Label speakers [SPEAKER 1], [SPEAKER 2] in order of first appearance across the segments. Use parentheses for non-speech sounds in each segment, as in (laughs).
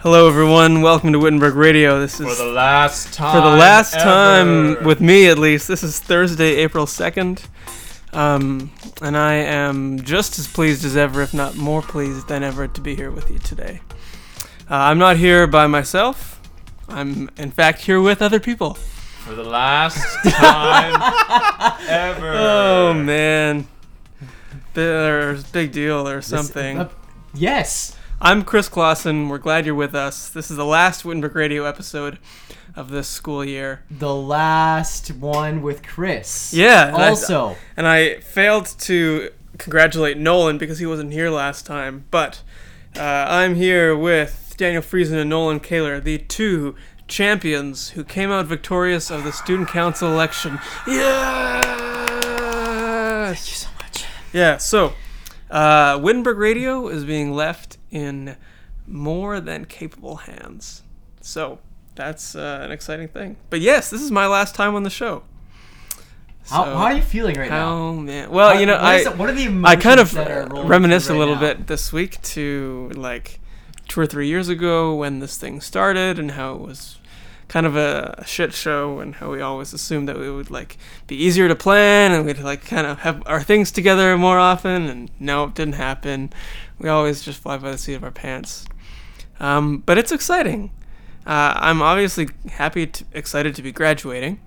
[SPEAKER 1] Hello, everyone. Welcome to Wittenberg Radio. This is
[SPEAKER 2] for the last time.
[SPEAKER 1] for the last
[SPEAKER 2] ever.
[SPEAKER 1] time, with me at least. This is Thursday, April 2nd. Um, and I am just as pleased as ever, if not more pleased than ever, to be here with you today. Uh, I'm not here by myself. I'm, in fact, here with other people.
[SPEAKER 2] for the last
[SPEAKER 1] (laughs)
[SPEAKER 2] time ever.
[SPEAKER 1] Oh, man. There's big deal or something.
[SPEAKER 3] Uh, yes.
[SPEAKER 1] I'm Chris Clausen. We're glad you're with us. This is the last Wittenberg Radio episode of this school year.
[SPEAKER 3] The last one with Chris.
[SPEAKER 1] Yeah. and I-
[SPEAKER 3] Also,
[SPEAKER 1] and I failed to congratulate Nolan because he wasn't here last time. But uh, I'm here with Daniel Friesen and Nolan Kaler, the two champions who came out victorious of the student council election. Yes.
[SPEAKER 3] thank you so much.
[SPEAKER 1] Yeah. So, uh, Wittenberg Radio is being left in more than capable hands. So. That's uh, an exciting thing. But yes, this is my last time on the show.
[SPEAKER 3] How,
[SPEAKER 1] So-
[SPEAKER 3] how are you feeling right now?
[SPEAKER 1] Oh man! Well,
[SPEAKER 3] What-
[SPEAKER 1] you know,
[SPEAKER 3] what
[SPEAKER 1] I
[SPEAKER 3] is the- what are the
[SPEAKER 1] I kind
[SPEAKER 3] emotions
[SPEAKER 1] of
[SPEAKER 3] that are
[SPEAKER 1] uh,
[SPEAKER 3] rolling
[SPEAKER 1] reminisced
[SPEAKER 3] through
[SPEAKER 1] a
[SPEAKER 3] right
[SPEAKER 1] little
[SPEAKER 3] now?
[SPEAKER 1] bit this week to like two or three years ago when this thing started and how it was kind of a shit show and how we always assumed that we would like be easier to plan and we'd like kind of have our things together more often and no it didn't happen we always just fly by the seat of our pants um, but it's exciting uh, i'm obviously happy to, excited to be graduating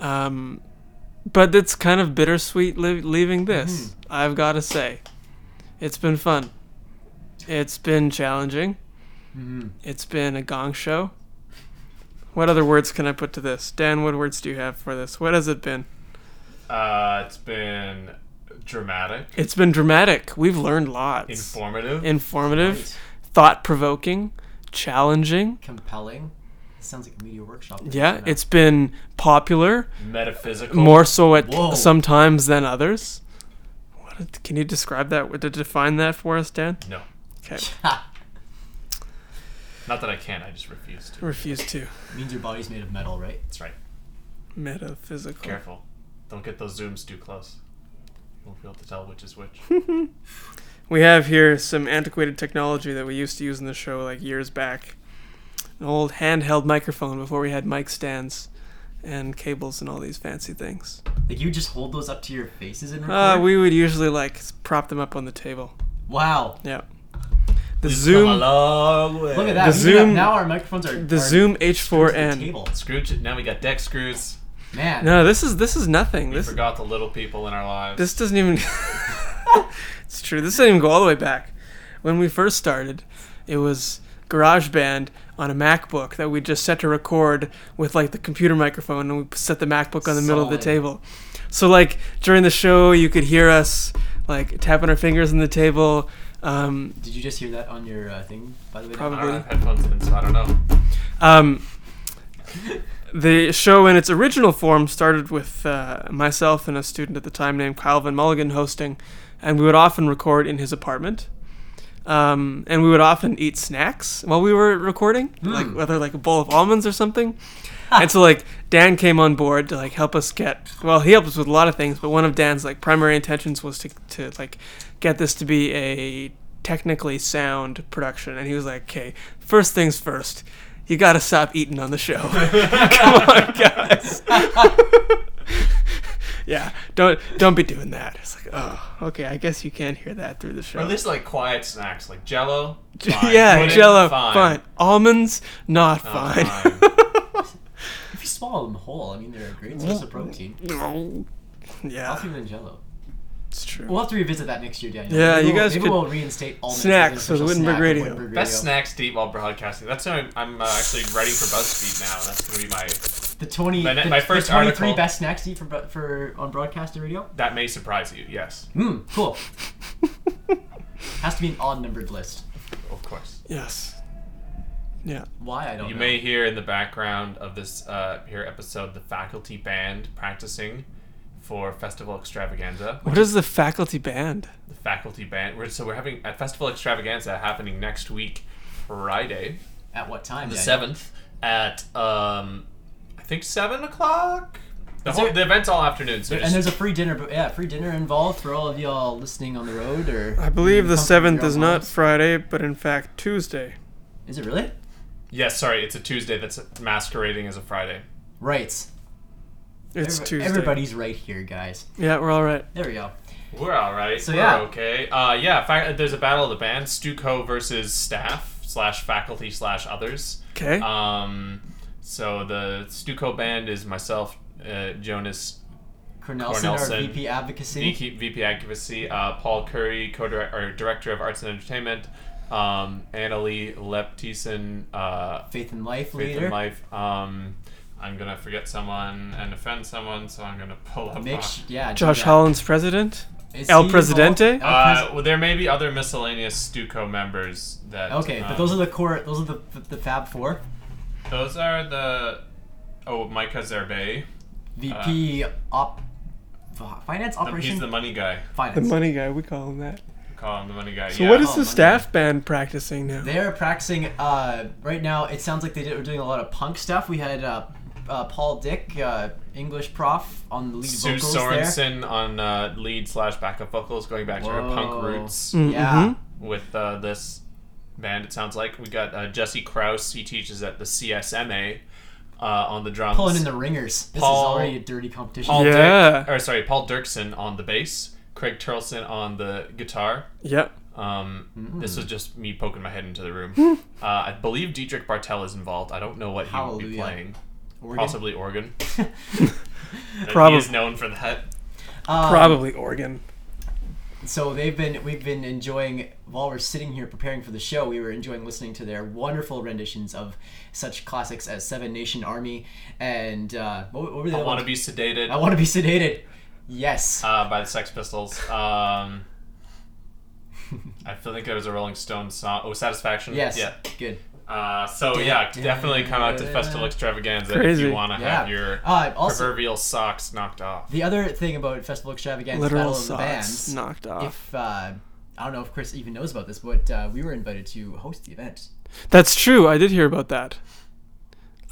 [SPEAKER 1] um, but it's kind of bittersweet li- leaving this. I've got to say, it's been fun. It's been challenging.
[SPEAKER 3] Mhm.
[SPEAKER 1] It's been a gong show. What other words can I put to this? Dan, what words do you have for this? What has it been?
[SPEAKER 2] Uh, it's been dramatic,
[SPEAKER 1] It's been dramatic. We've learned lots.
[SPEAKER 2] informative,
[SPEAKER 1] Informative,
[SPEAKER 3] Right.
[SPEAKER 1] thought provoking, challenging.
[SPEAKER 3] Compelling. Sounds like a media workshop.
[SPEAKER 1] Yeah, it's been popular,
[SPEAKER 2] metaphysical.
[SPEAKER 1] more so at
[SPEAKER 3] Whoa.
[SPEAKER 1] sometimes than others. What, can you describe that? To define that for us, Dan?
[SPEAKER 2] No,
[SPEAKER 1] Okay.
[SPEAKER 3] Ha,
[SPEAKER 2] not that I can. I just refuse to.
[SPEAKER 1] Refuse to.
[SPEAKER 3] means your body's made of metal, right?
[SPEAKER 2] That's right.
[SPEAKER 1] Metaphysical.
[SPEAKER 2] Careful. Don't get those zooms too close. You won't be able to tell which is which.
[SPEAKER 1] We have here some antiquated technology that we used to use in the show like years back. An old handheld microphone before we had mic stands and cables and all these fancy things.
[SPEAKER 3] Like you just hold those up to your faces and record.
[SPEAKER 1] Uh, we would usually like s- prop them up on the table.
[SPEAKER 3] wow.
[SPEAKER 1] Yeah. The
[SPEAKER 2] Come a
[SPEAKER 1] Zoom
[SPEAKER 2] long way.
[SPEAKER 3] Look at that.
[SPEAKER 1] The
[SPEAKER 3] we have-
[SPEAKER 1] Zoom-
[SPEAKER 3] now our microphones are
[SPEAKER 1] the
[SPEAKER 3] are
[SPEAKER 1] Zoom
[SPEAKER 3] screwed to the
[SPEAKER 1] H4n.
[SPEAKER 3] table.
[SPEAKER 2] Scrooge. Now we got deck screws.
[SPEAKER 3] Man.
[SPEAKER 1] No, this is this is nothing.
[SPEAKER 2] We
[SPEAKER 1] This
[SPEAKER 2] forgot the little people in our lives.
[SPEAKER 1] this doesn't even (laughs) it's true this doesn't even go all the way back when we first started it was garageband on a macbook that we just set to record with like the computer microphone and we set the macbook on the middle of the
[SPEAKER 3] Solid.
[SPEAKER 1] table so like during the show you could hear us like tapping our fingers on the table um,
[SPEAKER 3] Did you just hear that on your uh, thing? By the way,
[SPEAKER 1] Probably.
[SPEAKER 2] I don't have headphones in, so I don't know.
[SPEAKER 1] Um, the show in its original form started with uh, myself and a student at the time named Kyle Van Mulligan hosting, and we would often record in his apartment. Um, and we would often eat snacks while we were recording, like whether like a bowl of almonds or something. and so like Dan came on board to like help us get well, he helped us with a lot of things, but one of Dan's like primary intentions was to to like get this to be a technically sound production. And he was like, okay, first things first, you gotta stop eating on the show. Come on, guys. (laughs) yeah, don't don't be doing that. It's like, oh, okay, I guess you can't hear that through the show.
[SPEAKER 2] Or at least like quiet snacks, like Jello.
[SPEAKER 1] (laughs)
[SPEAKER 2] fine.
[SPEAKER 1] yeah,
[SPEAKER 2] Pudding,
[SPEAKER 1] Jello, fine. Almonds, not
[SPEAKER 2] Not
[SPEAKER 1] fine.
[SPEAKER 3] if you swallow them whole, I mean, they're a great source of protein.
[SPEAKER 1] (laughs) yeah,
[SPEAKER 3] Healthier than Jello.
[SPEAKER 1] it's true.
[SPEAKER 3] We'll have to revisit that next year, Daniel.
[SPEAKER 1] Yeah,
[SPEAKER 3] maybe
[SPEAKER 1] you
[SPEAKER 3] we'll,
[SPEAKER 1] guys
[SPEAKER 3] maybe
[SPEAKER 1] could-
[SPEAKER 3] we'll reinstate all
[SPEAKER 1] Snacks with Wittenberg Radio.
[SPEAKER 2] Best snacks to eat while broadcasting. That's how I'm, I'm uh, actually writing for BuzzFeed now. That's gonna be my.
[SPEAKER 3] The twenty.
[SPEAKER 2] My ne-
[SPEAKER 3] the,
[SPEAKER 2] my
[SPEAKER 3] the
[SPEAKER 2] first
[SPEAKER 3] 23
[SPEAKER 2] article.
[SPEAKER 3] best snacks to eat for bu- for on broadcast and radio.
[SPEAKER 2] That may surprise you. Yes,
[SPEAKER 3] Hmm.
[SPEAKER 1] (laughs)
[SPEAKER 3] Cool. Has to be an odd numbered list.
[SPEAKER 2] of course.
[SPEAKER 1] Yes. Yeah.
[SPEAKER 3] Why I don't
[SPEAKER 2] You
[SPEAKER 3] know.
[SPEAKER 2] may hear in the background of this uh, here episode the faculty band practicing for festival extravaganza.
[SPEAKER 1] What is the faculty band?
[SPEAKER 2] The faculty band. We're, so we're having a festival extravaganza happening next week, Friday.
[SPEAKER 3] At what time?
[SPEAKER 2] the
[SPEAKER 3] Daniel?
[SPEAKER 2] seventh at um, I think seven o'clock. The,
[SPEAKER 3] Is
[SPEAKER 2] whole,
[SPEAKER 3] there-
[SPEAKER 2] the event's all afternoon, so
[SPEAKER 3] And
[SPEAKER 2] just-
[SPEAKER 3] there's a free dinner, but yeah, free dinner involved for all of y'all listening on the road, or
[SPEAKER 1] I believe the
[SPEAKER 3] Comfort
[SPEAKER 1] seventh
[SPEAKER 3] your
[SPEAKER 1] is not
[SPEAKER 3] homes.
[SPEAKER 1] Friday, but in fact Tuesday.
[SPEAKER 3] Is it really?
[SPEAKER 2] Yes, sorry, it's a Tuesday that's masquerading as a Friday.
[SPEAKER 3] Right.
[SPEAKER 1] It's
[SPEAKER 3] Every-
[SPEAKER 1] Tuesday.
[SPEAKER 3] Everybody's right here, guys.
[SPEAKER 1] Yeah, we're all right.
[SPEAKER 3] There we go.
[SPEAKER 2] We're all right.
[SPEAKER 3] So,
[SPEAKER 2] We're
[SPEAKER 3] yeah.
[SPEAKER 2] okay. Uh, yeah. Fa- there's a battle of the bands: Stuco versus staff slash faculty slash others.
[SPEAKER 1] Okay.
[SPEAKER 2] Um, so the Stuco band is myself, uh, Jonas,
[SPEAKER 3] Cornelson, our
[SPEAKER 2] Cornelson.
[SPEAKER 3] VP advocacy.
[SPEAKER 2] VP, VP Advocacy, uh, Paul Curry, co-direct or director of arts and entertainment, um, Annalie Leptison, uh,
[SPEAKER 3] Faith and life
[SPEAKER 2] faith
[SPEAKER 3] leader.
[SPEAKER 2] in life. Um, I'm gonna forget someone and offend someone, so I'm gonna pull up.
[SPEAKER 3] Make
[SPEAKER 2] uh,
[SPEAKER 3] sh- yeah. do
[SPEAKER 1] Josh
[SPEAKER 3] that.
[SPEAKER 1] Holland's president.
[SPEAKER 3] Is
[SPEAKER 1] El
[SPEAKER 3] he
[SPEAKER 1] Presidente?
[SPEAKER 3] involved?
[SPEAKER 2] (laughs)
[SPEAKER 3] El
[SPEAKER 2] Uh, well, there may be other miscellaneous Stuco members that.
[SPEAKER 3] Pres- okay, but
[SPEAKER 2] um,
[SPEAKER 3] those are the core. Those are the the Fab Four.
[SPEAKER 2] Those are the. Oh, Micah Zerbe.
[SPEAKER 3] VP op. fi- Finance
[SPEAKER 2] The-
[SPEAKER 3] operation.
[SPEAKER 2] uh, He's the money guy.
[SPEAKER 1] The
[SPEAKER 3] finance.
[SPEAKER 1] money guy, we call him that.
[SPEAKER 2] We Call him the money guy.
[SPEAKER 1] So
[SPEAKER 2] yeah.
[SPEAKER 1] what is
[SPEAKER 3] Oh,
[SPEAKER 1] the
[SPEAKER 3] money
[SPEAKER 1] staff band practicing now?
[SPEAKER 3] They are practicing uh, right now. It sounds like they did, were doing a lot of punk stuff. We had uh, uh, Paul Dick, uh, English prof, on the lead
[SPEAKER 2] Sue
[SPEAKER 3] vocals
[SPEAKER 2] Sorensen on uh, lead slash backup vocals, going back to her punk
[SPEAKER 3] Whoa.
[SPEAKER 2] roots
[SPEAKER 3] there.
[SPEAKER 1] Mm.
[SPEAKER 3] Yeah.
[SPEAKER 1] Mhm.
[SPEAKER 2] with uh, this band. It sounds like we got uh, Jesse Krause. He teaches at the CSMA uh, on the drums.
[SPEAKER 3] Pulling in the ringers. This
[SPEAKER 2] Paul-
[SPEAKER 3] is already a dirty competition.
[SPEAKER 2] Paul
[SPEAKER 1] Yeah.
[SPEAKER 2] Dick, or sorry, Paul Dirksen on the bass. Craig Turlson on the guitar.
[SPEAKER 1] Yep.
[SPEAKER 2] Um,
[SPEAKER 3] Hmm.
[SPEAKER 2] This was just me poking my head into the room. uh, I believe Dietrich Bartel is involved. I don't know what he will be
[SPEAKER 3] Hallelujah.
[SPEAKER 2] playing.
[SPEAKER 3] Oregon.
[SPEAKER 2] Possibly
[SPEAKER 3] (laughs)
[SPEAKER 2] Oregon. Probably.
[SPEAKER 1] Probably.
[SPEAKER 2] He is known for that.
[SPEAKER 3] Um,
[SPEAKER 1] Probably Oregon.
[SPEAKER 3] So they've been we've been enjoying while we're sitting here preparing for the show. We were enjoying listening to their wonderful renditions of such classics as Seven Nation Army and uh, what, what were the
[SPEAKER 2] I
[SPEAKER 3] other
[SPEAKER 2] want to
[SPEAKER 3] ones?
[SPEAKER 2] be sedated
[SPEAKER 3] I want to be sedated. Yes.
[SPEAKER 2] uh, by the Sex Pistols. Um,
[SPEAKER 1] (laughs)
[SPEAKER 2] I feel like there was a Rolling Stones song. Oh, Satisfaction.
[SPEAKER 3] yes.
[SPEAKER 2] Yeah.
[SPEAKER 3] Good.
[SPEAKER 2] Uh, so yeah, definitely come out to Festival Extravaganza if
[SPEAKER 1] Crazy.
[SPEAKER 2] you want to have
[SPEAKER 3] Yeah.
[SPEAKER 2] your
[SPEAKER 3] Uh, also,
[SPEAKER 2] proverbial socks knocked off.
[SPEAKER 3] the other thing about Festival Extravaganza
[SPEAKER 1] Literal
[SPEAKER 3] Battle of the
[SPEAKER 1] socks
[SPEAKER 3] Bands,
[SPEAKER 1] knocked off.
[SPEAKER 3] if uh, I don't know if Chris even knows about this, but uh, we were invited to host the event.
[SPEAKER 1] That's true. I did hear about that.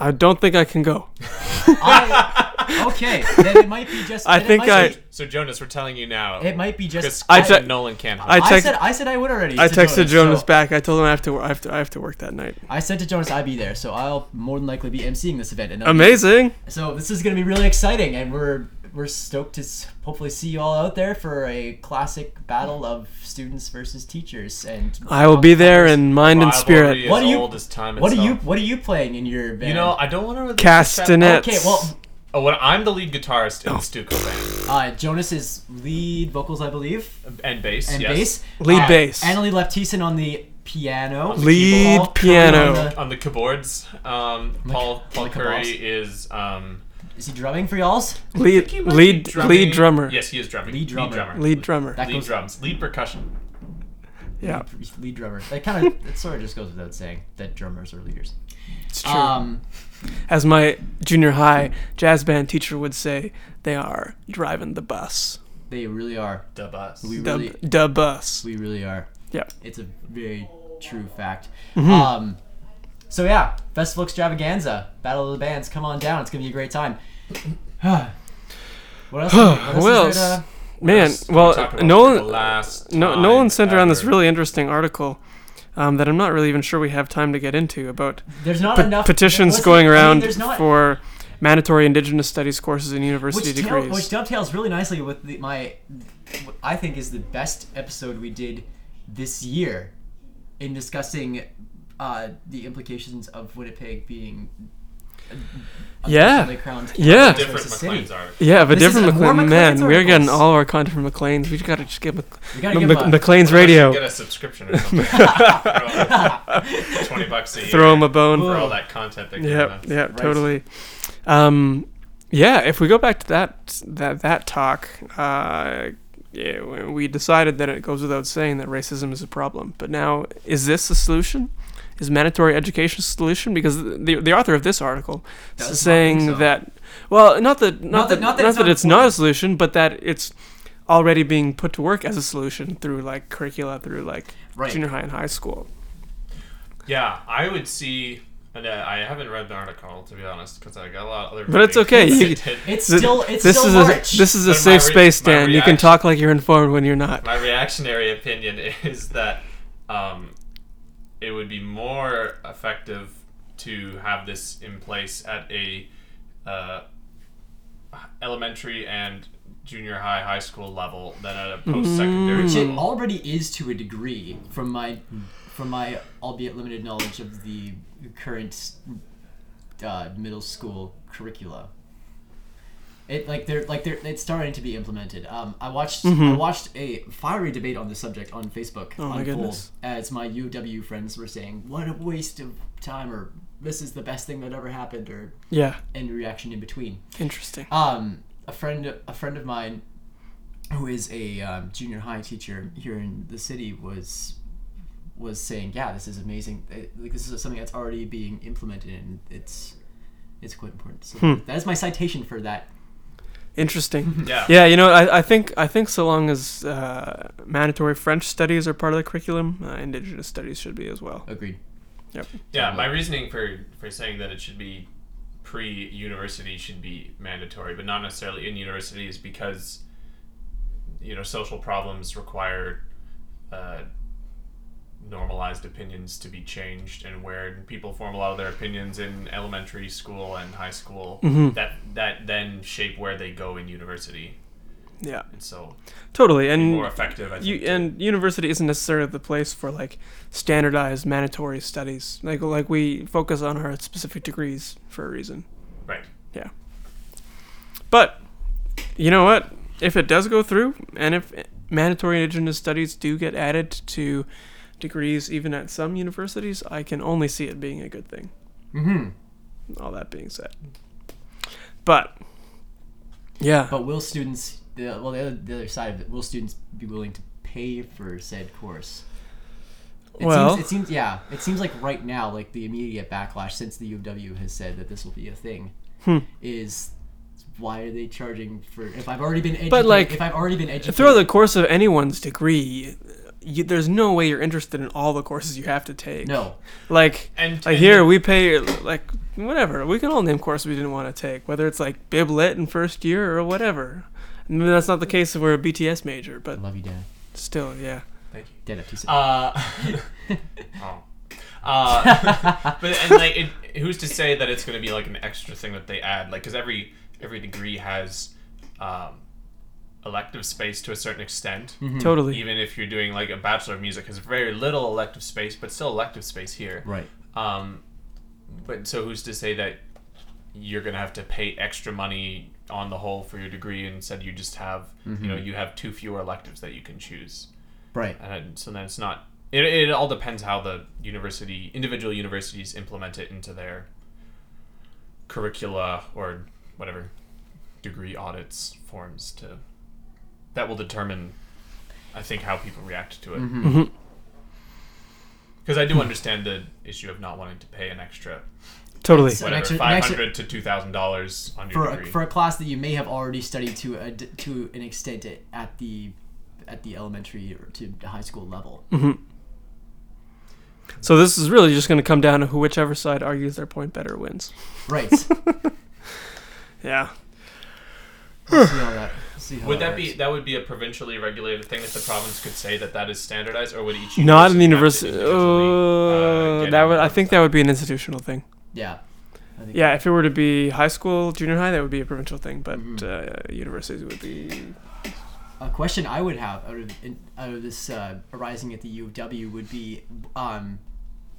[SPEAKER 1] I don't think I can go.
[SPEAKER 3] I, okay, then it might be
[SPEAKER 1] (laughs)
[SPEAKER 3] just.
[SPEAKER 1] I
[SPEAKER 3] then it
[SPEAKER 1] think
[SPEAKER 3] might
[SPEAKER 1] I-
[SPEAKER 3] be-
[SPEAKER 2] So Jonas, we're telling you now.
[SPEAKER 3] it might be just.
[SPEAKER 2] Chris
[SPEAKER 1] I
[SPEAKER 2] Chris
[SPEAKER 1] te-
[SPEAKER 2] and Nolan can't.
[SPEAKER 1] I
[SPEAKER 2] hunt.
[SPEAKER 3] I
[SPEAKER 1] text-
[SPEAKER 3] said I said I would already.
[SPEAKER 1] I
[SPEAKER 3] to
[SPEAKER 1] texted Jonas
[SPEAKER 3] so-
[SPEAKER 1] back. I told him I have to. I have to. I have to work that night.
[SPEAKER 3] I said to Jonas I'd be there, so I'll more than likely be emceeing this event. And I'll be-
[SPEAKER 1] Amazing.
[SPEAKER 3] So this is gonna be really exciting, and we're we're stoked to s- hopefully see you all out there for a classic battle of students versus teachers. And
[SPEAKER 1] I will be there in mind and
[SPEAKER 2] Rivalry
[SPEAKER 1] spirit.
[SPEAKER 2] is
[SPEAKER 3] What do you-
[SPEAKER 2] old as time
[SPEAKER 3] What are you
[SPEAKER 2] itself.
[SPEAKER 3] What are you playing in your band?
[SPEAKER 2] You know, I don't want to really
[SPEAKER 1] Castanets.
[SPEAKER 3] Okay, well,
[SPEAKER 2] Oh, well, I'm the lead guitarist
[SPEAKER 1] Oh.
[SPEAKER 2] in the Stuco
[SPEAKER 3] uh, Jonas is lead vocals, I believe,
[SPEAKER 2] band and bass.
[SPEAKER 3] and
[SPEAKER 2] yes.
[SPEAKER 3] bass.
[SPEAKER 1] Lead
[SPEAKER 3] uh,
[SPEAKER 1] bass.
[SPEAKER 3] Annalie Leptison on the piano.
[SPEAKER 1] Lead
[SPEAKER 3] Paul Curry on
[SPEAKER 1] piano.
[SPEAKER 3] the-
[SPEAKER 2] On the keyboards, um, Paul Paul
[SPEAKER 3] like a
[SPEAKER 2] Curry
[SPEAKER 3] boss.
[SPEAKER 2] is um,
[SPEAKER 3] is he drumming for y'all's?
[SPEAKER 1] lead
[SPEAKER 2] he might be
[SPEAKER 1] lead
[SPEAKER 2] drumming-
[SPEAKER 1] lead drummer.
[SPEAKER 2] Yes, he is drumming.
[SPEAKER 3] Lead drummer.
[SPEAKER 1] Lead drummer.
[SPEAKER 3] That
[SPEAKER 2] Lead
[SPEAKER 3] goes-
[SPEAKER 2] drums. Lead percussion.
[SPEAKER 1] Yeah,
[SPEAKER 3] lead drummer.
[SPEAKER 1] (laughs)
[SPEAKER 3] That kind of it sort of just goes without saying that drummers are leaders.
[SPEAKER 1] it's true.
[SPEAKER 3] Um,
[SPEAKER 1] As my junior high jazz band teacher would say, they are driving the bus.
[SPEAKER 3] they really are.
[SPEAKER 2] The bus.
[SPEAKER 3] We-
[SPEAKER 1] The,
[SPEAKER 3] Really?
[SPEAKER 1] the bus.
[SPEAKER 3] We really are.
[SPEAKER 1] Yeah.
[SPEAKER 3] It's a very true fact.
[SPEAKER 1] Mm-hmm.
[SPEAKER 3] Um, so yeah, festival extravaganza, battle of the bands. Come on down. It's gonna be a great time. (sighs) what
[SPEAKER 1] (sighs)
[SPEAKER 3] else? what else is
[SPEAKER 1] What
[SPEAKER 3] there
[SPEAKER 1] else?
[SPEAKER 3] to-
[SPEAKER 1] Man,
[SPEAKER 2] We
[SPEAKER 1] well,
[SPEAKER 2] talked about for the
[SPEAKER 1] Nolan,
[SPEAKER 2] Last
[SPEAKER 1] no,
[SPEAKER 2] time
[SPEAKER 1] Nolan sent around this
[SPEAKER 2] ever.
[SPEAKER 1] really interesting article um, that I'm not really even sure we have time to get into about
[SPEAKER 3] there's not
[SPEAKER 1] pe-
[SPEAKER 3] Oh, enough
[SPEAKER 1] petitions
[SPEAKER 3] listen,
[SPEAKER 1] going
[SPEAKER 3] I mean,
[SPEAKER 1] around
[SPEAKER 3] there's not-
[SPEAKER 1] for mandatory Indigenous Studies courses and university
[SPEAKER 3] which, tail,
[SPEAKER 1] degrees.
[SPEAKER 3] which dovetails really nicely with the, my, what I think is the best episode we did this year in discussing uh, the implications of Winnipeg being
[SPEAKER 1] yeah,
[SPEAKER 3] officially crowned
[SPEAKER 1] Yeah.
[SPEAKER 3] capital
[SPEAKER 2] different
[SPEAKER 3] versus city.
[SPEAKER 2] McLean's are.
[SPEAKER 1] yeah, but
[SPEAKER 3] This is
[SPEAKER 1] different
[SPEAKER 3] a- more
[SPEAKER 1] McLean.
[SPEAKER 3] McLean's
[SPEAKER 1] Man, we're getting
[SPEAKER 3] articles.
[SPEAKER 1] all our content from McLean's. We gotta just get Mc-
[SPEAKER 3] We gotta
[SPEAKER 1] M-
[SPEAKER 3] give
[SPEAKER 1] Mc-
[SPEAKER 3] him a-
[SPEAKER 1] McLean's
[SPEAKER 2] Get
[SPEAKER 1] radio.
[SPEAKER 2] a subscription or
[SPEAKER 1] (laughs)
[SPEAKER 2] something. Throw Twenty bucks a year.
[SPEAKER 1] Throw him a bone.
[SPEAKER 2] for all that content they give
[SPEAKER 1] Yeah,
[SPEAKER 2] us.
[SPEAKER 1] yeah, totally. Um, yeah, if we go back to that that that talk, uh, yeah, we we decided that it goes without saying that racism is a problem. But now, is this the solution? Is mandatory education a solution? Because the the author of this article
[SPEAKER 3] Does
[SPEAKER 1] is
[SPEAKER 3] not
[SPEAKER 1] saying
[SPEAKER 3] think so.
[SPEAKER 1] that well, not that not,
[SPEAKER 3] Not
[SPEAKER 1] that,
[SPEAKER 3] that-
[SPEAKER 1] not that, it's, not a solution, but that it's already being put to work as a solution through like curricula, through like
[SPEAKER 3] Right.
[SPEAKER 1] junior high and high school.
[SPEAKER 2] Yeah, I would see. And uh, I haven't read the article to be honest, because I got a lot of other.
[SPEAKER 1] But it's
[SPEAKER 2] reading
[SPEAKER 1] okay, you-
[SPEAKER 2] to do.
[SPEAKER 3] It's
[SPEAKER 1] Th-
[SPEAKER 3] still it's
[SPEAKER 1] this
[SPEAKER 3] still
[SPEAKER 1] is
[SPEAKER 3] March.
[SPEAKER 1] a this is
[SPEAKER 2] But
[SPEAKER 1] a
[SPEAKER 2] my
[SPEAKER 1] safe
[SPEAKER 2] re-
[SPEAKER 1] space,
[SPEAKER 2] my
[SPEAKER 1] Dan. You can
[SPEAKER 2] reaction-
[SPEAKER 1] talk
[SPEAKER 2] (laughs)
[SPEAKER 1] like you're informed when you're not.
[SPEAKER 2] My reactionary opinion is that um, it would be more effective to have this in place at a uh, elementary and junior high, high school level than at a post-secondary
[SPEAKER 3] Mm-hmm. Which it
[SPEAKER 1] Mm.
[SPEAKER 2] level.
[SPEAKER 3] already is to a degree from my from my albeit limited knowledge of the current uh, middle school curricula. It like they're like they're it's starting to be implemented. Um, I watched I watched a fiery debate on the subject on Facebook.
[SPEAKER 1] Mm-hmm. Oh my
[SPEAKER 3] on Fold,
[SPEAKER 1] goodness.
[SPEAKER 3] As my UW friends were saying, "What a waste of time!" or "This is the best thing that ever happened," or
[SPEAKER 1] Yeah.
[SPEAKER 3] any reaction in between.
[SPEAKER 1] Interesting.
[SPEAKER 3] Um, a friend, a friend of mine, who is a um, junior high teacher here in the city, was was saying, "Yeah, this is amazing. Uh, Like this is something that's already being implemented, and it's it's quite important." So that is my citation for that.
[SPEAKER 2] (laughs)
[SPEAKER 1] Interesting.
[SPEAKER 2] Yeah.
[SPEAKER 1] Yeah, you know, I, I think I think so long as uh, mandatory French studies are part of the curriculum, uh, Indigenous studies should be as well.
[SPEAKER 3] Agreed.
[SPEAKER 1] Yep.
[SPEAKER 2] Yeah, my reasoning for, for saying that it should be pre-university should be mandatory, but not necessarily in university, is because you know social problems require uh, normalized opinions to be changed, and where people form a lot of their opinions in elementary school and high school,
[SPEAKER 1] Mm-hmm.
[SPEAKER 2] that that then shape where they go in university,
[SPEAKER 1] Yeah.
[SPEAKER 2] and so
[SPEAKER 1] Totally.
[SPEAKER 2] more
[SPEAKER 1] And
[SPEAKER 2] effective. I think.
[SPEAKER 1] you
[SPEAKER 2] to-
[SPEAKER 1] and university isn't necessarily the place for like standardized mandatory studies. Like like we focus on our specific degrees for a reason.
[SPEAKER 2] right.
[SPEAKER 1] Yeah. But you know what? If it does go through, and if mandatory Indigenous studies do get added to degrees, even at some universities, I can only see it being a good thing. Mm-hmm. All that being said, but yeah,
[SPEAKER 3] But will students? The, well, the other, the other side of it. Will students be willing to pay for said course? It
[SPEAKER 1] Well-
[SPEAKER 3] seems, it seems yeah. It seems like right now, like the immediate backlash since the U of W has said that this will be a thing,
[SPEAKER 1] Hmm.
[SPEAKER 3] is why are they charging for? If I've already been educated,
[SPEAKER 1] like,
[SPEAKER 3] if I've already been educated,
[SPEAKER 1] throughout the course of anyone's degree, you, there's no way you're interested in all the courses you have to take.
[SPEAKER 3] no,
[SPEAKER 1] Like,
[SPEAKER 2] And-
[SPEAKER 1] like
[SPEAKER 2] and-
[SPEAKER 1] here we pay like whatever. We can all name courses we didn't want to take, whether it's like bib lit in first year or whatever. I mean, that's not the case if we're a BTS major, but
[SPEAKER 3] I love you, Dan.
[SPEAKER 1] still, yeah.
[SPEAKER 2] Thank you.
[SPEAKER 3] Dan, if you say-
[SPEAKER 2] Uh, (laughs) oh. Uh, but and like, it, who's to say that it's going to be like an extra thing that they add? Like, because every every degree has um, elective space to a certain extent.
[SPEAKER 1] Totally.
[SPEAKER 2] Even if you're doing like a bachelor of music, has very little elective space, but still elective space here.
[SPEAKER 3] right.
[SPEAKER 2] Um, but so who's to say that you're gonna have to pay extra money on the whole for your degree, and instead you just have you know you have two fewer electives that you can choose
[SPEAKER 3] Right.
[SPEAKER 2] and so then it's not it, it all depends how the university individual universities implement it into their curricula or whatever degree audits forms to that will determine i think how people react to it because
[SPEAKER 3] Mm-hmm.
[SPEAKER 1] Mm-hmm.
[SPEAKER 2] i do understand the issue of not wanting to pay an extra
[SPEAKER 1] Totally.
[SPEAKER 3] So- An
[SPEAKER 2] whatever
[SPEAKER 3] extra- an
[SPEAKER 2] 500
[SPEAKER 3] extra-
[SPEAKER 2] to 2000 dollars on your
[SPEAKER 3] For a,
[SPEAKER 2] degree
[SPEAKER 3] for a class that you may have already studied to a d to an extent at, at the at the elementary or to high
[SPEAKER 1] (laughs)
[SPEAKER 3] school level.
[SPEAKER 1] So this is really just going to come down to who whichever side argues their point better wins.
[SPEAKER 3] Right. We'll see
[SPEAKER 1] Yeah.
[SPEAKER 3] how that. See how
[SPEAKER 2] would that be
[SPEAKER 3] works.
[SPEAKER 2] that would be a provincially regulated thing that the province could say that that is standardized, or would each
[SPEAKER 1] Not in the
[SPEAKER 2] university
[SPEAKER 1] university.
[SPEAKER 2] uh, have to individually,
[SPEAKER 1] Uh,
[SPEAKER 2] get
[SPEAKER 1] that
[SPEAKER 2] it
[SPEAKER 1] would. I
[SPEAKER 2] approved?
[SPEAKER 1] think that would be an institutional thing.
[SPEAKER 3] Yeah. I think
[SPEAKER 1] Yeah, if it were to be high school, junior high, that would be a provincial thing, but
[SPEAKER 3] Mm-hmm.
[SPEAKER 1] uh, universities would be.
[SPEAKER 3] A question I would have out of in, out of this uh, arising at the U of W would be, um,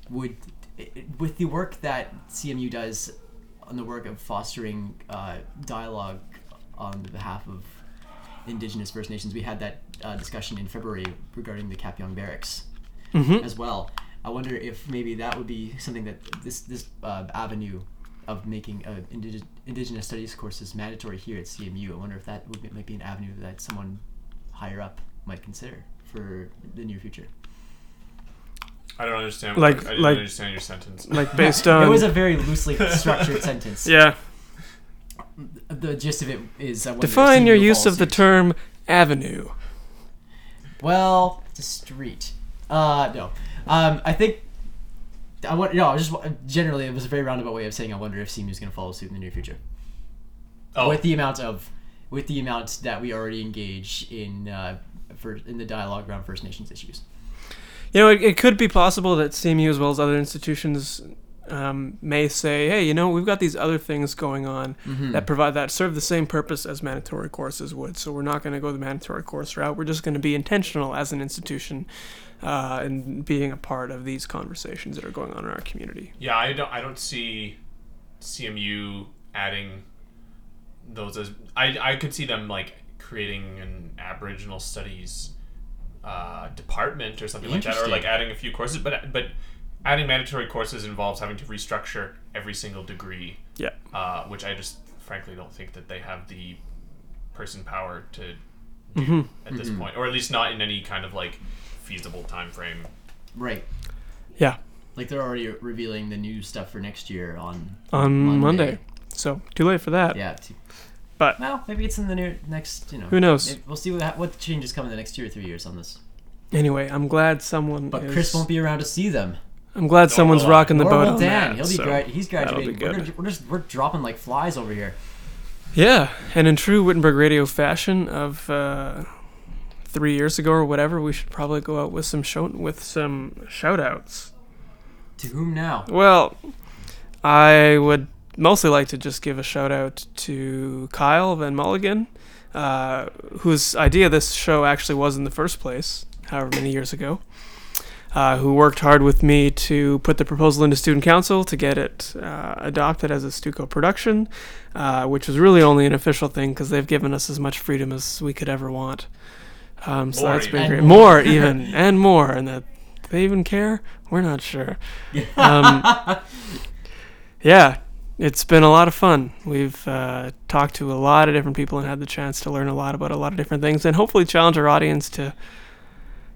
[SPEAKER 3] would i- i- with the work that CMU does on the work of fostering uh, dialogue on behalf of Indigenous First Nations. We had that uh, discussion in February regarding the Kapyong Barracks
[SPEAKER 1] Mm-hmm.
[SPEAKER 3] as well. I wonder if maybe that would be something that this this uh, avenue of making uh, indige- indigenous studies courses mandatory here at CMU. I wonder if that would be, might be an avenue that someone higher up might consider for the near future.
[SPEAKER 2] I don't understand.
[SPEAKER 1] Like-
[SPEAKER 2] Like, I didn't
[SPEAKER 1] like-
[SPEAKER 2] understand your sentence.
[SPEAKER 3] (laughs)
[SPEAKER 1] Like, based on.
[SPEAKER 3] it was a very loosely structured (laughs) sentence.
[SPEAKER 1] yeah.
[SPEAKER 3] The gist of it is I wonder if
[SPEAKER 1] Define
[SPEAKER 3] CMU
[SPEAKER 1] your use of
[SPEAKER 3] evolves
[SPEAKER 1] the
[SPEAKER 3] here.
[SPEAKER 1] term avenue.
[SPEAKER 3] Well, the street. Uh, no. Um, I think. I want no. I just wa- generally it was a very roundabout way of saying I wonder if CMU is going to follow suit in the near future
[SPEAKER 2] oh,
[SPEAKER 3] with the amount of, with the amount that we already engage in uh, for in the dialogue around First Nations issues.
[SPEAKER 1] You know, it, it could be possible that CMU, as well as other institutions, um, may say, hey, you know, we've got these other things going on
[SPEAKER 3] Mm-hmm.
[SPEAKER 1] that provide that serve the same purpose as mandatory courses would. So we're not going to go the mandatory course route. We're just going to be intentional as an institution uh, in being a part of these conversations that are going on in our community.
[SPEAKER 2] Yeah, I don't. I don't see CMU adding those as. I I could see them like creating an Aboriginal studies uh, department or something like that, or
[SPEAKER 3] Interesting.
[SPEAKER 2] like adding a few courses. But but adding mandatory courses involves having to restructure every single degree,
[SPEAKER 1] Yeah.
[SPEAKER 2] uh, which I just frankly don't think that they have the person power to do
[SPEAKER 1] Mm-hmm.
[SPEAKER 2] at this point, or at least not in any kind of like feasible time frame.
[SPEAKER 3] Right.
[SPEAKER 1] Yeah.
[SPEAKER 3] Like they're already revealing the new stuff for next year on
[SPEAKER 1] On Monday.
[SPEAKER 3] Monday.
[SPEAKER 1] So too late for that.
[SPEAKER 3] yeah. t-
[SPEAKER 1] But-
[SPEAKER 3] well, maybe it's in the new next. You know,
[SPEAKER 1] Who knows?
[SPEAKER 3] Maybe- we'll see what hap- what changes come in the next two or three years on this.
[SPEAKER 1] Anyway, I'm glad someone.
[SPEAKER 3] But
[SPEAKER 1] is-
[SPEAKER 3] Chris won't be around to see them.
[SPEAKER 1] I'm glad someone's
[SPEAKER 2] will I.
[SPEAKER 1] rocking the
[SPEAKER 3] Nor
[SPEAKER 1] boat
[SPEAKER 3] will
[SPEAKER 1] on that.
[SPEAKER 3] Dan. He'll be
[SPEAKER 1] Oh, so
[SPEAKER 3] grad- He's
[SPEAKER 1] that'll be
[SPEAKER 3] graduating. We're,
[SPEAKER 1] good.
[SPEAKER 3] gonna- we're just we're dropping like flies over here.
[SPEAKER 1] Yeah, and in true Wittenberg Radio fashion of uh, three years ago or whatever, we should probably go out with some show- with some shout outs.
[SPEAKER 3] To whom now?
[SPEAKER 1] Well, I would mostly like to just give a shout out to Kyle Van Mulligan, uh, whose idea this show actually was in the first place, however many years ago. Uh, who worked hard with me to put the proposal into student council to get it uh, adopted as a Stuco production, uh, which was really only an official thing because they've given us as much freedom as we could ever want. Um, so
[SPEAKER 2] More
[SPEAKER 1] that's been
[SPEAKER 3] even.
[SPEAKER 1] great.
[SPEAKER 3] And
[SPEAKER 1] More even and more, and that they even care. We're not sure. Um, yeah, it's been a lot of fun. We've uh, talked to a lot of different people and had the chance to learn a lot about a lot of different things, and hopefully challenge our audience to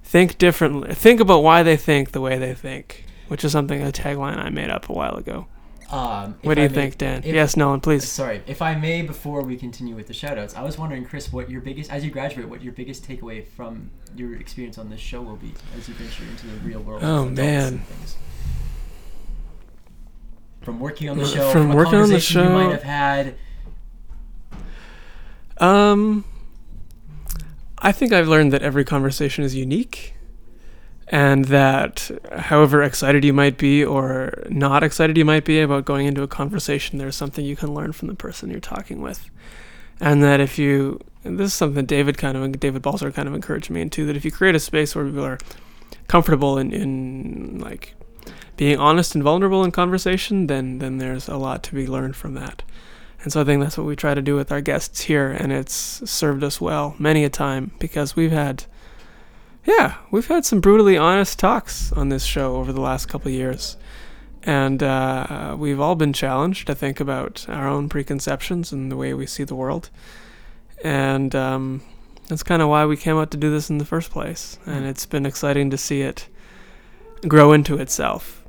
[SPEAKER 1] think differently, think about why they think the way they think, which is something a tagline I made up a while ago.
[SPEAKER 3] Um, if
[SPEAKER 1] What do
[SPEAKER 3] I
[SPEAKER 1] you
[SPEAKER 3] may-
[SPEAKER 1] think, Dan?
[SPEAKER 3] if-
[SPEAKER 1] yes, Nolan, please.
[SPEAKER 3] Sorry, if I may, before we continue with the shoutouts, I was wondering, Chris, what your biggest, as you graduate, what your biggest takeaway from your experience on this show will be as you venture into the real world.
[SPEAKER 1] Oh,
[SPEAKER 3] of adults
[SPEAKER 1] man.
[SPEAKER 3] and things. From working on the
[SPEAKER 1] Uh,
[SPEAKER 3] show,
[SPEAKER 1] from
[SPEAKER 3] from, a
[SPEAKER 1] working on the
[SPEAKER 3] conversation you
[SPEAKER 1] show-
[SPEAKER 3] might have had.
[SPEAKER 1] Um, I think I've learned that every conversation is unique, and that however excited you might be or not excited you might be about going into a conversation, there's something you can learn from the person you're talking with, and that if you and this is something David kind of David Balzer kind of encouraged me into that if you create a space where people are comfortable in, in like being honest and vulnerable in conversation, then then there's a lot to be learned from that. And so I think that's what we try to do with our guests here, and it's served us well many a time because we've had, yeah, we've had some brutally honest talks on this show over the last couple of years. And uh, we've all been challenged to think about our own preconceptions and the way we see the world. And um, that's kind of why we came out to do this in the first place. And it's been exciting to see it grow into itself.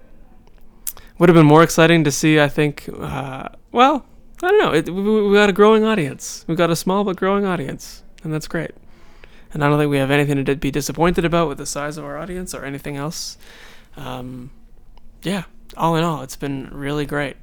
[SPEAKER 1] Would have been more exciting to see, I think, uh, well, I don't know. It, we, we got a growing audience. We got a small but growing audience, and that's great. And I don't think we have anything to d- be disappointed about with the size of our audience or anything else. Um, yeah, all in all, it's been really great.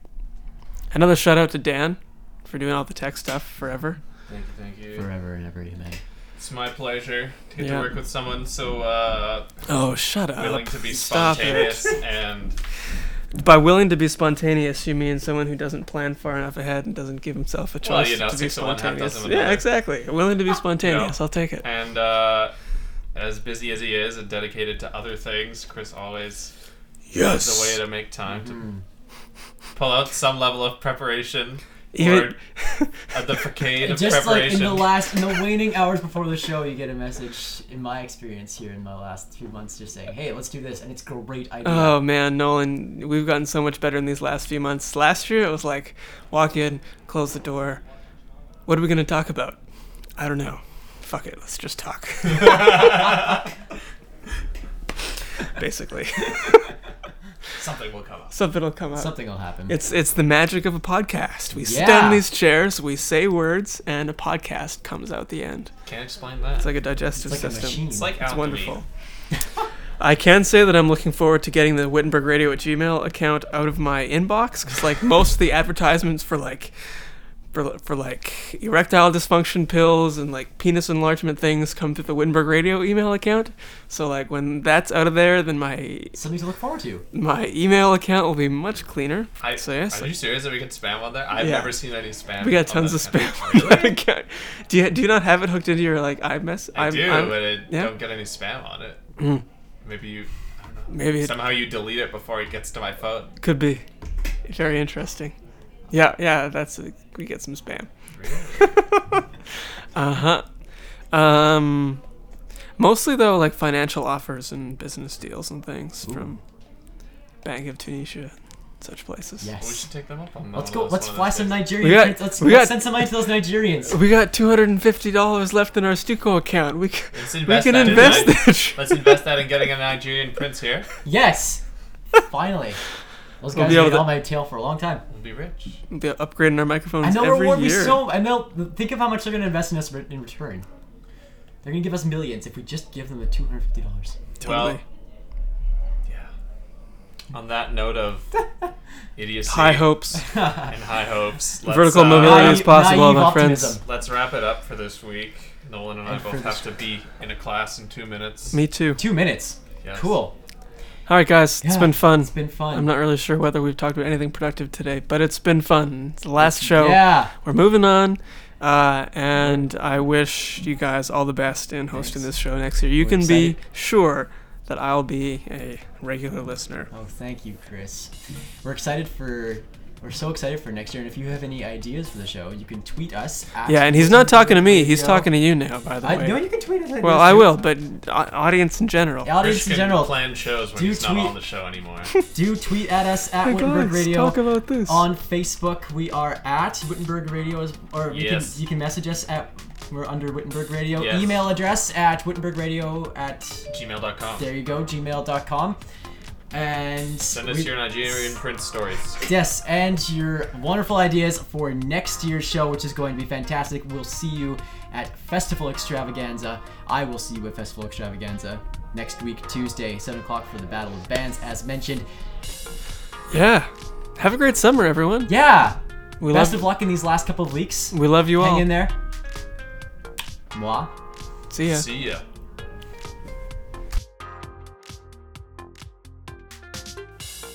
[SPEAKER 1] Another shout out to Dan for doing all the tech stuff forever.
[SPEAKER 2] Thank you, thank you.
[SPEAKER 3] Forever and ever, amen.
[SPEAKER 2] It's my pleasure to get
[SPEAKER 1] Yeah.
[SPEAKER 2] to work with someone so uh,
[SPEAKER 1] Oh, shut up!
[SPEAKER 2] willing to be
[SPEAKER 1] Stop (laughs)
[SPEAKER 2] spontaneous and
[SPEAKER 1] it. By willing to be spontaneous, you mean someone who doesn't plan far enough ahead and doesn't give himself a
[SPEAKER 2] Well,
[SPEAKER 1] choice
[SPEAKER 2] you know,
[SPEAKER 1] to be
[SPEAKER 2] six of one, half
[SPEAKER 1] spontaneous.
[SPEAKER 2] dozen of
[SPEAKER 1] yeah,
[SPEAKER 2] another.
[SPEAKER 1] exactly. Willing to be spontaneous. I'll take it.
[SPEAKER 2] and uh, as busy as he is and dedicated to other things, Chris always
[SPEAKER 1] Yes.
[SPEAKER 2] is a way to make time
[SPEAKER 3] Hmm.
[SPEAKER 2] to pull out some level of preparation.
[SPEAKER 1] Even- (laughs)
[SPEAKER 2] or at the facade of
[SPEAKER 3] Just like in
[SPEAKER 2] preparation.
[SPEAKER 3] the last, in the waning hours before the show, you get a message. In my experience here in my last few months, just saying, "Hey, let's do this," and it's a great idea.
[SPEAKER 1] Oh man, Nolan, we've gotten so much better in these last few months. Last year it was like walk in, close the door. What are we going to talk about? I don't know. Fuck it, let's just talk. (laughs) Basically,
[SPEAKER 2] (laughs)
[SPEAKER 1] (laughs)
[SPEAKER 2] Something will come up.
[SPEAKER 1] something'll come up.
[SPEAKER 3] Something will happen.
[SPEAKER 1] It's it's the magic of a podcast. We sit
[SPEAKER 3] Yeah.
[SPEAKER 1] down in these chairs, we say words, and a podcast comes out the end.
[SPEAKER 2] Can't explain that.
[SPEAKER 1] It's like a
[SPEAKER 3] It's
[SPEAKER 1] digestive
[SPEAKER 3] like a
[SPEAKER 1] system.
[SPEAKER 3] machine.
[SPEAKER 2] It's like
[SPEAKER 1] It's
[SPEAKER 2] alchemy.
[SPEAKER 1] wonderful. I can say that I'm looking forward to getting the Wittenberg
[SPEAKER 2] (laughs)
[SPEAKER 1] Radio at Gmail account out of my inbox because, like, most of the advertisements for like for, for like erectile dysfunction pills and like penis enlargement things come through the Wittenberg Radio email account. So like when that's out of there, then my
[SPEAKER 3] Something to look forward to.
[SPEAKER 1] my email account will be much cleaner.
[SPEAKER 2] I,
[SPEAKER 1] so yes,
[SPEAKER 2] are you serious that we can spam on there? I've
[SPEAKER 1] Yeah.
[SPEAKER 2] never seen any spam.
[SPEAKER 1] we got
[SPEAKER 2] on
[SPEAKER 1] tons of
[SPEAKER 2] that.
[SPEAKER 1] spam
[SPEAKER 2] (laughs)
[SPEAKER 1] on that (laughs)
[SPEAKER 2] Really?
[SPEAKER 1] account. Do you do you not have it hooked into your like iMess?
[SPEAKER 2] I
[SPEAKER 1] I'm-
[SPEAKER 2] do,
[SPEAKER 1] I'm- Mm.
[SPEAKER 2] but I
[SPEAKER 1] yeah.
[SPEAKER 2] don't get any spam on it. Maybe you. I don't know.
[SPEAKER 1] Maybe it-
[SPEAKER 2] somehow you delete it before it gets to my phone.
[SPEAKER 1] Could be. Very interesting. Yeah, yeah, that's we get some spam. (laughs) uh huh. Um, mostly though, like financial offers and business deals and things from Bank of Tunisia, and such places.
[SPEAKER 2] We should
[SPEAKER 3] Yes.
[SPEAKER 2] take them up on that.
[SPEAKER 3] Let's go. Let's fly some Nigerians.
[SPEAKER 1] We got-
[SPEAKER 3] let's let's,
[SPEAKER 1] we got-
[SPEAKER 3] send some money to those
[SPEAKER 1] (laughs)
[SPEAKER 3] Nigerians.
[SPEAKER 1] We got two hundred and fifty dollars left in our Stuco account. We c-
[SPEAKER 2] Let's
[SPEAKER 1] we
[SPEAKER 2] invest
[SPEAKER 1] can
[SPEAKER 2] that in
[SPEAKER 1] invest
[SPEAKER 2] Nig-
[SPEAKER 1] it.
[SPEAKER 2] (laughs) Let's invest that in getting a Nigerian prince here.
[SPEAKER 3] Yes. Finally. Those
[SPEAKER 1] We'll
[SPEAKER 3] guys
[SPEAKER 1] be
[SPEAKER 3] have
[SPEAKER 1] able
[SPEAKER 3] been
[SPEAKER 1] to-
[SPEAKER 3] on my tail for a long time.
[SPEAKER 2] We'll be rich.
[SPEAKER 1] (laughs) We'll be upgrading our microphones
[SPEAKER 3] And they'll
[SPEAKER 1] every
[SPEAKER 3] reward me
[SPEAKER 1] year.
[SPEAKER 3] so. And they'll think of how much they're going to invest in us re- in return. They're going to give us millions if we just give them the two hundred fifty dollars.
[SPEAKER 1] Totally.
[SPEAKER 2] Well, yeah. On that note
[SPEAKER 1] (laughs)
[SPEAKER 2] of idiocy
[SPEAKER 1] High hopes.
[SPEAKER 2] and high hopes, (laughs) let's,
[SPEAKER 1] Vertical
[SPEAKER 2] uh,
[SPEAKER 1] mobility is possible, my friends.
[SPEAKER 2] Let's wrap it up for this week. Nolan and I
[SPEAKER 3] And for
[SPEAKER 2] both
[SPEAKER 3] this
[SPEAKER 2] have to be in a class in two minutes.
[SPEAKER 1] Me too.
[SPEAKER 3] Two minutes.
[SPEAKER 2] Yes.
[SPEAKER 3] Cool.
[SPEAKER 1] All right, guys, it's
[SPEAKER 3] Yeah,
[SPEAKER 1] been fun.
[SPEAKER 3] It's been fun.
[SPEAKER 1] I'm not really sure whether we've talked about anything productive today, but it's been fun. It's the last show.
[SPEAKER 3] Yeah.
[SPEAKER 1] We're moving on. Uh, and I wish you guys all the best in hosting
[SPEAKER 3] Thanks.
[SPEAKER 1] this show next year. You
[SPEAKER 3] We're
[SPEAKER 1] can be
[SPEAKER 3] excited.
[SPEAKER 1] sure that I'll be a regular listener.
[SPEAKER 3] Oh, thank you, Chris. We're excited for. We're so excited for next year, and if you have any ideas for the show, you can tweet us. At
[SPEAKER 1] Yeah, and he's not talking to me. He's talking to you now, by the
[SPEAKER 3] I, no,
[SPEAKER 1] way.
[SPEAKER 3] you can tweet us. at
[SPEAKER 1] Well,
[SPEAKER 3] this
[SPEAKER 1] I
[SPEAKER 3] too.
[SPEAKER 1] will, but au- audience in general.
[SPEAKER 3] The
[SPEAKER 2] Rich
[SPEAKER 3] Audience
[SPEAKER 2] can
[SPEAKER 3] in general,
[SPEAKER 2] plan shows when
[SPEAKER 3] Do
[SPEAKER 2] he's not
[SPEAKER 3] tweet-
[SPEAKER 2] on the show
[SPEAKER 3] (laughs)
[SPEAKER 2] anymore.
[SPEAKER 3] do tweet at us at
[SPEAKER 1] Hey,
[SPEAKER 3] Wittenberg
[SPEAKER 1] guys,
[SPEAKER 3] Radio.
[SPEAKER 1] talk about this.
[SPEAKER 3] On Facebook, we are at Wittenberg Radio, as- or you,
[SPEAKER 2] Yes.
[SPEAKER 3] can, you can message us at we're under Wittenberg Radio.
[SPEAKER 2] Yes.
[SPEAKER 3] Email address at Wittenberg Radio at
[SPEAKER 2] Gmail.com.
[SPEAKER 3] there you go gmail.com, and
[SPEAKER 2] Send us
[SPEAKER 3] we-
[SPEAKER 2] your Nigerian prince stories.
[SPEAKER 3] Yes, and your wonderful ideas for next year's show, which is going to be fantastic. We'll see you at Festival Extravaganza. I will see you at Festival Extravaganza next week, Tuesday, 7 o'clock for the Battle of Bands, as mentioned.
[SPEAKER 1] Yeah. Have a great summer, everyone.
[SPEAKER 3] Yeah!
[SPEAKER 1] We
[SPEAKER 3] Best
[SPEAKER 1] love,
[SPEAKER 3] of luck in these last couple of weeks.
[SPEAKER 1] we love you
[SPEAKER 3] Hang
[SPEAKER 1] all.
[SPEAKER 3] in there. Moi.
[SPEAKER 1] See ya.
[SPEAKER 2] See ya.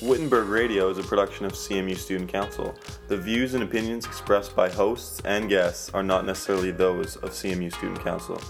[SPEAKER 4] Wittenberg Radio is a production of CMU Student Council. The views and opinions expressed by hosts and guests are not necessarily those of CMU Student Council.